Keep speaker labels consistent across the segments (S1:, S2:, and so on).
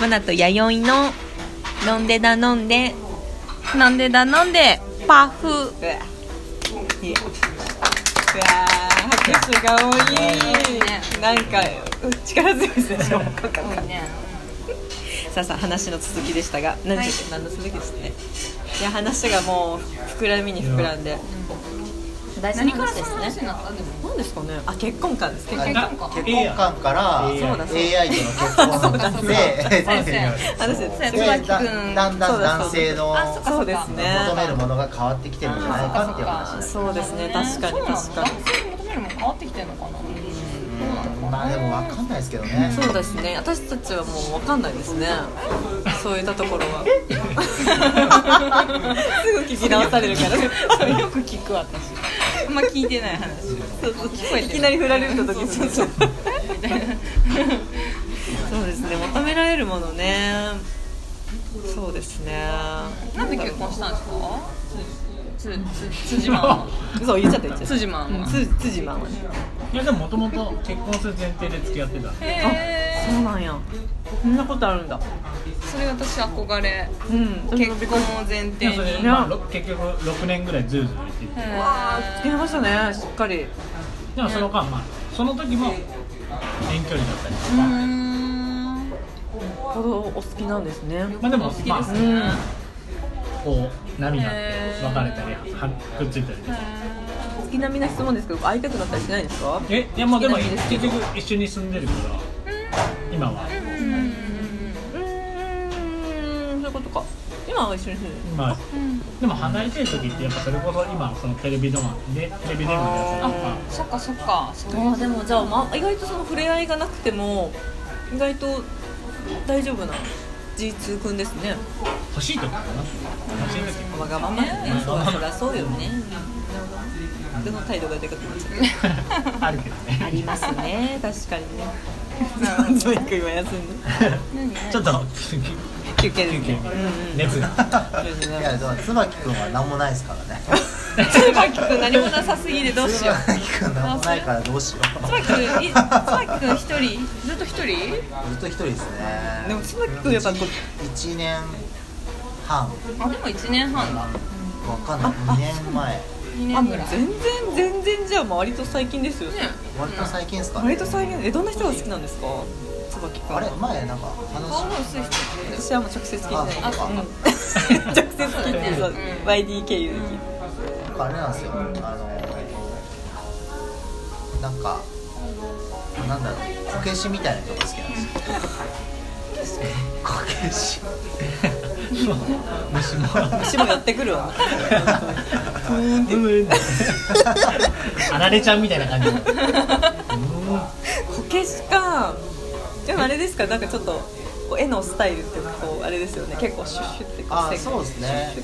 S1: マナと弥生の飲んでだ飲んで
S2: なんでだなんでパフ
S1: うわいやうわ拍手が多いなんか力強いですね
S2: ね
S1: さあさあ話の続きでしたが何でしたっけ何の続きですねいや話がもう膨らみに膨らんで
S2: 何からその話になったんです
S1: 何ですかねあ結婚観です結婚
S2: か結
S1: 観
S2: 婚か
S3: 結婚観から
S4: いいや
S1: そうだそうだ
S3: AI との結婚
S2: そ
S3: で
S2: うそう
S1: 話で
S2: そう
S1: す
S2: そう
S1: ね
S2: や
S3: でだだんだん男性の
S2: あそっか
S1: そうですね
S3: 求めるものが変わってきてるんじゃないかっていう話です
S1: そうですね確かに
S2: そうなの
S1: 確かに
S2: 男性に求めるもの変わってきてんのかな
S3: まあでも分かんないですけどね
S1: そうですね私たちはもう分かんないですねそういったところ はすぐ聞き直されるから
S2: それよく聞く私あんま聞いてない話
S1: そうそう
S2: 聞こえてる
S1: いきなり振られると時そうそう
S2: みたいな
S1: そうですね求められるものねそうですね
S2: なんで結婚したんですかつつつ辻マンは
S1: そう言っちゃった言っちゃった
S2: 辻マンは
S1: つ辻マンはね
S4: いやでももともと結婚する前提で付き合ってた
S2: へ
S1: あそ
S2: え
S1: うなんやそんなことあるんだ
S2: それ私憧れ
S1: うん
S2: 結婚を前提
S4: でも
S2: に
S4: それ、まあ、ろ結局6年ぐらいずるずる言ってて
S2: へー
S1: わあ付き合いましたねしっかり
S4: でもその間、まあ、その時も遠距離だったりと
S2: うー
S4: か、
S2: ん
S1: ほどお好きなんですね
S4: まあでも
S2: 好きですね、
S1: まあ
S4: こう波があって別れたりはくっついたりとか
S1: 好きなみな質問ですけど会いたくなったりしないんですか
S4: えいやまあでも
S1: 好きな日ですけ
S4: 結
S1: ど
S4: 局一緒に住んでるから今は
S1: うーんそういうことか今は一緒に住んでる
S4: まあでも離れてる時ってやっぱそれこそ今そのテレビドマンでテレビ電話でやったりとか
S2: そっかそっかそう
S1: あーでもじゃあ、まあ、意外とその触れ合いがなくても意外と大丈夫な G2 君ですね
S4: 欲しい時かな欲しい時
S1: わがままよねそうそりゃそうよねでの態度がでかくなっちゃっ
S4: あるけど
S1: たあ
S4: ね
S1: りますね確か にね
S2: なるほど
S1: ジョイ君は休んで
S4: ちょっと
S1: 休憩ですねう
S4: 休憩
S1: んうん
S4: 熱が
S1: ですね
S3: いやでも椿君は何もないですからね
S2: 椿君何もなさすぎてどうしよう
S3: 椿君何もないからどうしよう
S2: 椿君い椿君一人ずっと一人
S3: ずっと一人ですね
S1: でも椿君やっぱこ
S3: 1年半
S2: あでも一年半だ
S3: わかんない2年前
S2: 二
S1: あも
S2: 年ぐ
S1: う
S2: らいね
S1: 全然全然じゃあもう割と最近ですよ
S3: 割と最近ですかね
S1: 割と最近えどんな人が好きなんですか椿君
S3: あれ前なんか
S2: 顔
S3: 話
S2: が薄い人
S1: 私はもう直接聞いてない
S3: あそう
S1: うん
S3: か
S1: 直接聞いてるそう
S2: うん
S1: YD 経由で聞いてる
S3: なんかあれなんですよあのなんかなんだろうこけしみたいな人が好きなんですよこけし
S4: 虫も
S1: 私も寄ってくるわ
S4: あられちゃんみたいな感じ
S1: こけしかでもあれですかなんかちょっとこう絵のスタイルっていうかこうあれですよね結構シュッシュってこ
S3: あ
S1: 線が
S3: そうですね、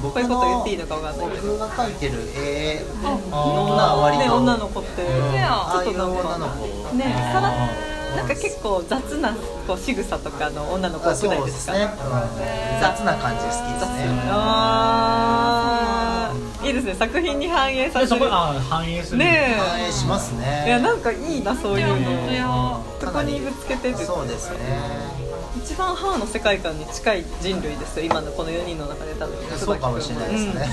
S3: うん、
S1: こういうこと言っていいのかわかんないけど
S3: 僕が描いてる絵の
S4: あ
S3: 割と
S1: ね女の子って
S3: ああ
S1: ち
S3: い
S1: ょっと
S3: う
S1: な
S3: 女
S1: ん
S3: の
S1: か
S3: 子
S1: ねさらなんか結構雑なこう仕草とかの女の子
S3: あ
S1: く
S3: そ
S1: ないうで
S3: ですす
S1: か
S3: ね、うん、雑な感じ好きですね
S1: あーいいですね作品に反映さ
S4: で
S1: れ
S4: そ
S1: て
S4: こ
S1: る
S4: あ反映する
S1: ね
S3: 反映しますね
S1: えいやなんかいいなそういう
S2: 本当
S1: の
S2: や本
S1: そこにぶつけてって
S3: そうですね
S1: 一番母の世界観に近い人類ですよ今のこの4人の中で多分
S3: そうかもしれないですね、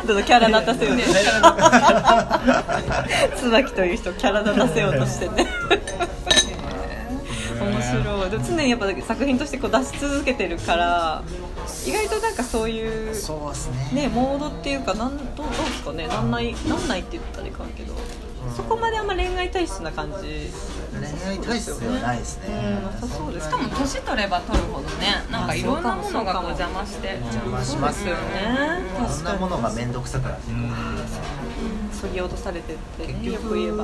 S1: うん、どうぞキャラ立たせようとして
S4: ね
S1: 椿という人をキャラ立たせようとしてね面白いでも常にやっぱ作品としてこう出し続けてるから意外となんかそういう
S3: そうですね
S1: ねモードっていうかなんどうどうですかねなんないなんないって言ったらいかんけどそこまであんま恋愛体質な感じ
S3: 恋愛体質ではないですね
S1: うんなさそうです
S2: しかも年取れば取るほどねなんかいろんなものがこう邪魔して
S3: 邪魔しますよね
S1: ね
S3: そんなものが面倒くさくなってくる
S1: そぎ落とされてって、ね、よく
S3: 結局
S1: 言えば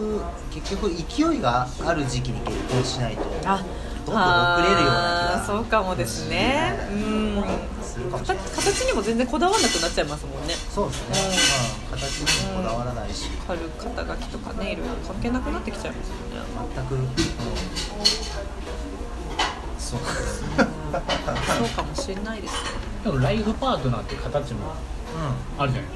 S3: 結局勢いがある時期に結婚しないとどんどん
S1: あ
S3: 遅れるような
S1: あー
S3: 気
S1: そう
S3: が
S1: かもですねうん
S3: するかもし
S1: 形
S3: れない
S1: 形にも全然こだわらなくなっちゃいますもんね
S3: そうですね、まあ、形にもこだわらないし
S1: 軽く肩書きとかねいろいろ関係なくなってきちゃいますもんね
S3: 全く、うん、そうですね
S1: そうかもしれないですね
S4: でもライフパートナーって形も
S3: う
S4: あるじゃない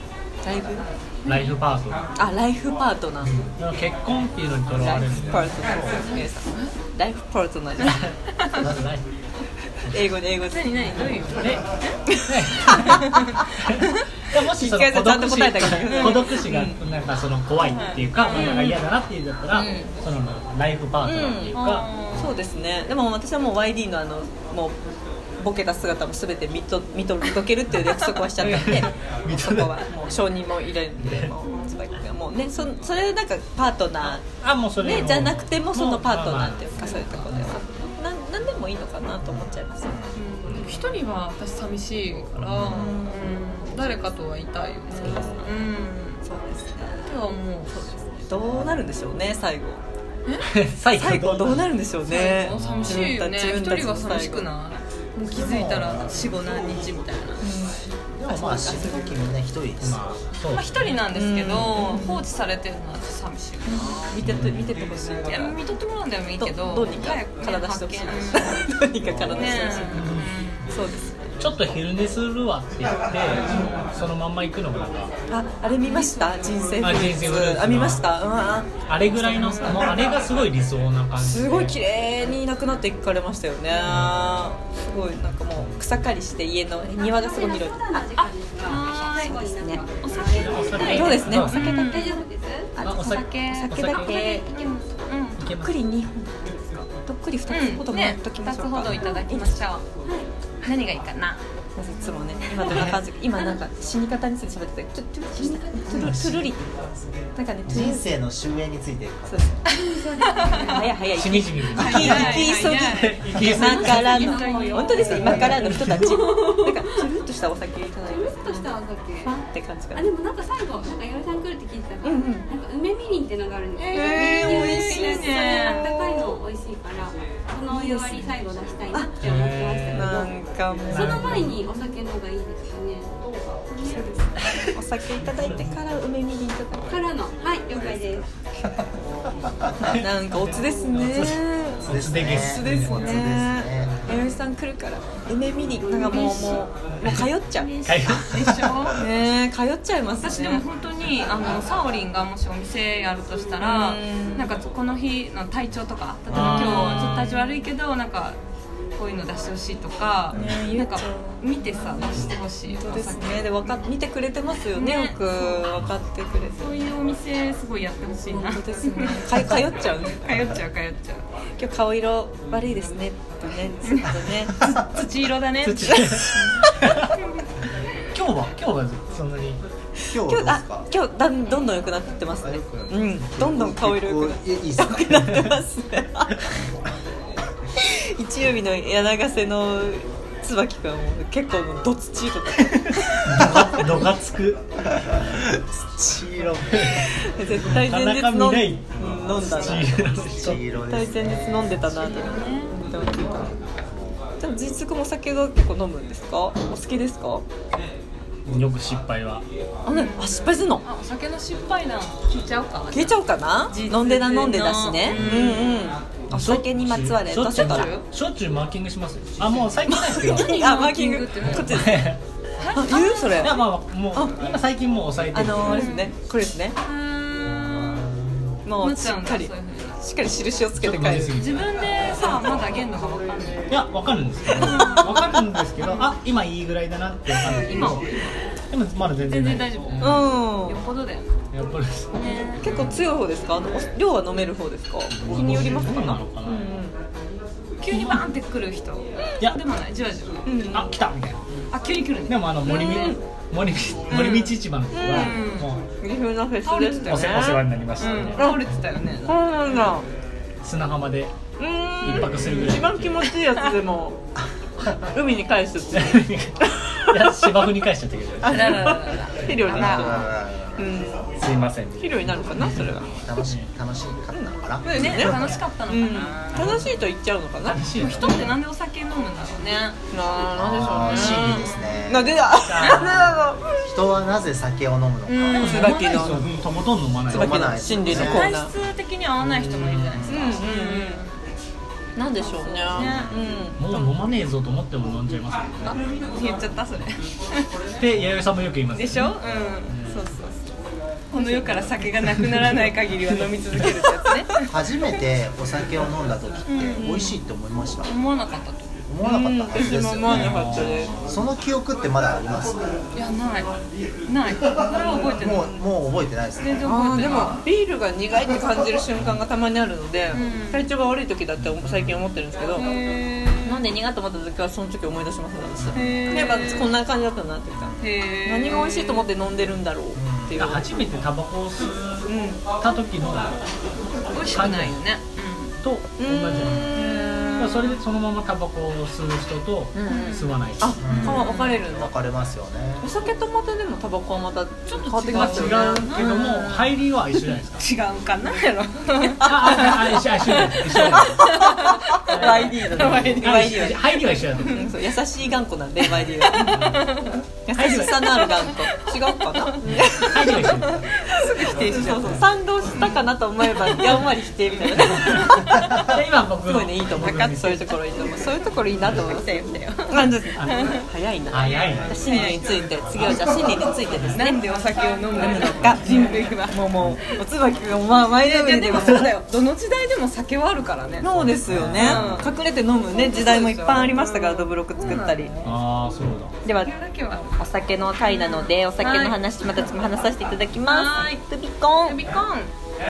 S1: ライブ
S4: ライフパートナ
S1: あライフパートナー
S4: ーだから結婚っていうのにとら
S1: ラ
S4: わ
S1: イ
S4: れる
S1: フ
S4: ん
S1: パー
S4: だよ
S1: トナー皆さんライフパートナーです
S4: なんでライフ
S1: 英語で英語で
S2: 何何どういうこと
S4: えいやもしその
S1: 一回
S4: 孤
S1: ちゃんと
S4: 独
S1: 答えたけど
S4: 死孤独死がなんかその怖いっていうか、なんか嫌だなっていうんだったら、
S1: うん
S4: そのライフパートナーっていうか、
S1: そうですねでも私はもう YD のあのもうボケた姿も全て見と見とどけるっていう約束はしちゃったん でもうそこはもう承認もいるんでもう椿君はもうねそそれなんかパートナ
S4: あもうそ
S1: ー、
S4: れ、
S1: ね、じゃなくてもそのパートナーっていう
S4: ま
S1: かそういうところではなんなんでもいいのかなと思っちゃいますよね
S2: うん一人は私寂しいから、うん誰かとはいたいよねう
S1: そ
S2: ん
S1: うですね
S2: 今日はもうそうです
S1: どうなるんでしょうね最 後
S4: あまあ最
S1: 最後どうな
S4: る
S1: るんでしょうね
S2: 寂しいよね
S1: 自
S2: 一
S1: 分た
S2: 人は寂しく
S1: い
S2: ないもう気づいたら死後何日みたいな
S3: でもまあ死ぬ時みんな一人です
S4: まあそう
S2: まあ一人なんですけど、
S1: うん
S2: 放置されてるのは寂しいか
S1: 見てて見ててほしい
S2: な、いや見とってもらうんでもいい
S1: ど
S2: けど
S1: どうにか
S2: 早くね
S1: 体してほしい
S2: 発 見
S1: どうにか体
S2: ね
S1: してほしい
S2: え
S1: そうです
S4: ちょっと昼寝するわって言ってそのまんま行くのもなんか
S1: ああれ見ました人生フル
S4: あ人
S1: ー
S4: 生フルー
S1: ツ
S4: ツ
S1: あ見ましたうんあ
S4: あれぐらいのもうあれがすごい理想な感じです
S1: ごい綺麗になくなっていかれましたよねすごいなんかもう草刈りして家の庭がすごい広い
S2: はーい
S5: ですね。
S2: お酒飲みたい
S1: そうですね
S4: お酒
S5: 大丈夫です。あ
S4: あお酒
S5: お
S1: 酒だけ
S5: いけます。
S2: うん
S4: いけ
S1: とっ
S4: ま
S1: く
S4: す
S1: り2本とっくり2つほど
S2: うん
S1: もら
S2: ね
S1: っときま
S2: 2
S1: し
S2: つ
S1: ょう
S2: ほ
S1: か、
S2: どいただきましょう何がいいかない
S1: つもね今どんな感じ今なんか死に方について喋っててちょっとトゥルトゥルトゥルリなんかねトゥル
S3: 人生の終焉について
S1: そうです早い早い
S4: しみじみ
S1: 生き
S4: 生き
S1: 生
S4: 急
S1: き
S4: ぎ
S1: 急ぎ今からの本当ですよ今からの人たちなんかつるっとしたお酒いただい
S5: ふ
S1: て
S5: るっとしたお酒。
S1: パンって感じかな
S5: あでもなんか最後なんかよろちゃん来るって聞いてたから、
S1: うんうん
S5: なんか梅みりんってのがあるんですよ。
S1: えー
S5: 梅みりん
S1: 美味しいね
S5: それあったかいの美味しいからこのお湯割り最後出したいなって思ってましたけど。
S1: なんかもう
S5: その前にお酒の方がいいですかね。
S1: お酒いただいてから梅みりんいただく
S5: からのはい了解です。
S1: なんかおつですね
S3: そうですね
S1: おつです
S3: おつですね
S1: ね弥生さん来るから梅みりんなんかもうもうもう通っちゃうね
S4: はい
S2: でしょ
S1: え通っちゃいますね
S2: 私でも本当にあのサオリンがもしお店やるとしたら
S1: うん
S2: なんかこの日の体調とか例えば今
S4: あー
S2: 日はちょっと体調悪いけどなんかこういうの出してほしいとか
S1: ねゆ
S2: な
S1: うんちゃ
S2: か
S1: ん
S2: 見てさ出してほしい
S1: 本当
S2: お
S1: です
S2: 酒
S1: ねでわか見てくれてますよね
S2: ね
S1: よく分かってくれて
S2: そういうお店すごいやってほしいな
S1: 本当
S2: 通
S1: ですねか通っちゃうね
S2: っちゃう通っちゃ
S1: 今日顔色悪いですねとねずっと ね
S2: う土色だね
S4: 土今日は今日は そんなに
S3: 今
S1: 今
S3: 日は
S1: 日
S3: どうです
S1: あ
S3: か
S1: 今日だんどんどん良くなってますね
S3: あ良くなっ
S1: うんどんどん顔色良くなっ
S3: いいいいっすか
S1: 良くなってますね一曜日の柳瀬の椿君はもう結構もうどつちとか
S4: どがつく
S3: 土色
S1: 絶対前日飲ん
S4: なかなか見な
S1: う
S4: い
S1: ん飲んだな
S4: 土色
S3: 土色で
S1: 絶
S3: す
S1: 対前日飲んでたなと思ってでも実君もお酒が結構飲むんですかお好きですか
S4: よく失敗は
S1: あねあ失敗するの
S2: あお酒の失敗談聞いちゃうか
S1: 消えちゃうかな
S2: 実
S1: 飲んでな飲んでだしね
S2: う
S1: うんんうんお酒にまつわる
S4: しょ
S1: ど
S4: っ
S1: う
S4: ちゅ
S1: せ
S4: う
S1: たら
S4: しょっちゅうマーキングしますよあもう最近ないですけ どい
S1: あマーキングこっち ですあ言うそれ
S4: やまあもう今最近もう抑えて
S1: あ
S4: る
S1: のー、あれですねこれですね
S2: うーん
S1: もう
S2: なっち
S1: し
S2: ゃう
S1: っ
S2: ん
S1: か
S2: だ
S1: り
S2: そういうふうに
S1: しっかり印をつ
S4: ち
S1: け
S4: ょってと
S1: 帰
S4: 飲み
S1: る
S4: すぎて
S2: 自
S4: い
S2: 分でさまだ限度が分かんない
S4: やわかるんですけどわかるんですけどあ今いいぐらいだなってわかるんですけど
S2: 今は
S4: でもまだ全
S2: 全然
S4: 然な
S2: 大
S4: い
S2: 丈夫よ
S1: う
S2: っぽどだよ
S4: やっぱりそ
S1: ん結構強い方ですかあのお量は飲める方ですか日によりますか
S4: うな
S1: な
S4: のかな、
S2: 急にバーンって来る人いやでもないじわじわ
S1: うんうん
S4: あ来たみたいな
S2: あ急に来るね
S4: でもあの森み
S2: うん
S4: 森み森道市場の人はもう
S1: 岐阜のフェスですね
S4: お世お世話になりました
S2: うん
S4: ね
S2: 倒れてたよね
S1: そうなんだ
S4: 砂浜で
S1: うーん
S4: 一泊するぐらい
S1: 一番気持ちいいやつでも海に返すっていう
S4: いや芝生に返しちゃったけど
S2: あららららら
S1: 肥料になる
S3: あ
S1: うん
S4: すいません
S1: 肥料になるかなそれが
S3: ー楽しい楽しかったのかな
S1: そうです
S2: ね
S1: ね
S2: 楽しかったのか
S1: うん
S2: な
S1: 楽しいと言っちゃうのかなな
S4: 楽しいよね
S2: 人ってなんでお酒飲むんだろうね
S1: あなんでしょうね
S3: あー不思議ですね
S1: なんでだなんでだろう
S3: 人はなぜ酒を飲むのか
S2: うん
S1: 椿
S4: そ
S1: の
S4: うとことん飲まない
S3: 飲ま
S1: 椿
S3: ない
S1: の
S3: です
S1: 心理のコー
S2: 体
S1: ナー
S2: 質的に合わない人もいるじゃないです
S1: う
S2: か
S1: んうんうんなんでしょうね
S4: もう飲まねえぞと思っても飲んじゃいますね
S1: うん言っちゃったそれ
S4: って弥生さんもよく言います
S1: でしょうんそうそうそうこの世から酒がなくならない限りは飲み続けるってやつね
S3: 初めてお酒を飲んだ時って美味しいって思いました
S2: 思わなかったと
S3: 思わなかったはずですよ
S1: うん私も思わな
S3: ね
S1: かったです
S3: その記憶ってまだあります
S2: いやないないこれは覚えてない
S3: もうもう覚えてないです
S2: 全
S3: ね
S2: 然
S1: あ
S2: 覚
S1: ー
S2: え
S1: で
S2: てない
S1: もビールが苦いって感じる瞬間がたまにあるので、
S2: うん
S1: 体調が悪い時だって最近思ってるんですけど、
S2: へ
S1: 飲んで苦いと思った時はその時思い出します私
S2: へー
S1: やっぱこんな感じだったなっていうか
S2: ーへー
S1: 何が美味しいと思って飲んでるんだろうっていう
S4: 初めてタバコを吸
S1: う
S4: っ
S1: ん
S4: た時の
S2: 美味しくないよね
S4: と同じ
S1: う
S4: なんです
S1: ーん
S4: だからそれでそのままタバコを吸う人と
S1: うん
S4: 吸わない人、
S1: あ顔分かれるんだ
S3: 分かれますよね
S1: お酒とまたでもタバコはまたちょっと変わってきますよね
S4: 違うけども入りは一緒じゃないですか
S1: 違うかなやろ
S4: あああ一緒一緒一 緒
S1: YD だね YD
S4: あ一緒
S1: YD
S4: 入りは一緒だと思う
S1: そう優しい頑固なんで YD は優しさのある頑固違うかな
S4: 入りは一緒だ
S1: 否定しちゃうそうそう賛同したかなと思えばやんわり否定みたいな
S4: で今僕
S1: す
S4: の
S1: ごいねいいと思うそういうところいいと思うそういうところいいなと思いましたよなんです早いな
S4: 早いな
S1: 心理について次はじゃあ心理についてですねなんでお酒を飲むのか人類はもうもうおつばきがまあ前の
S2: い
S1: め
S2: や
S1: り
S2: で
S1: で
S2: も
S1: も
S2: そうだよどの時代でも酒はあるからね
S1: そうですよね、隠れて飲むね時代もいっぱいありましたからドブロック作ったり、
S4: ああそうだ
S1: では
S2: それだけは
S1: お酒の回なのでお酒の話また次も話させていただきます、
S2: はい
S1: ルビコン
S2: ビコン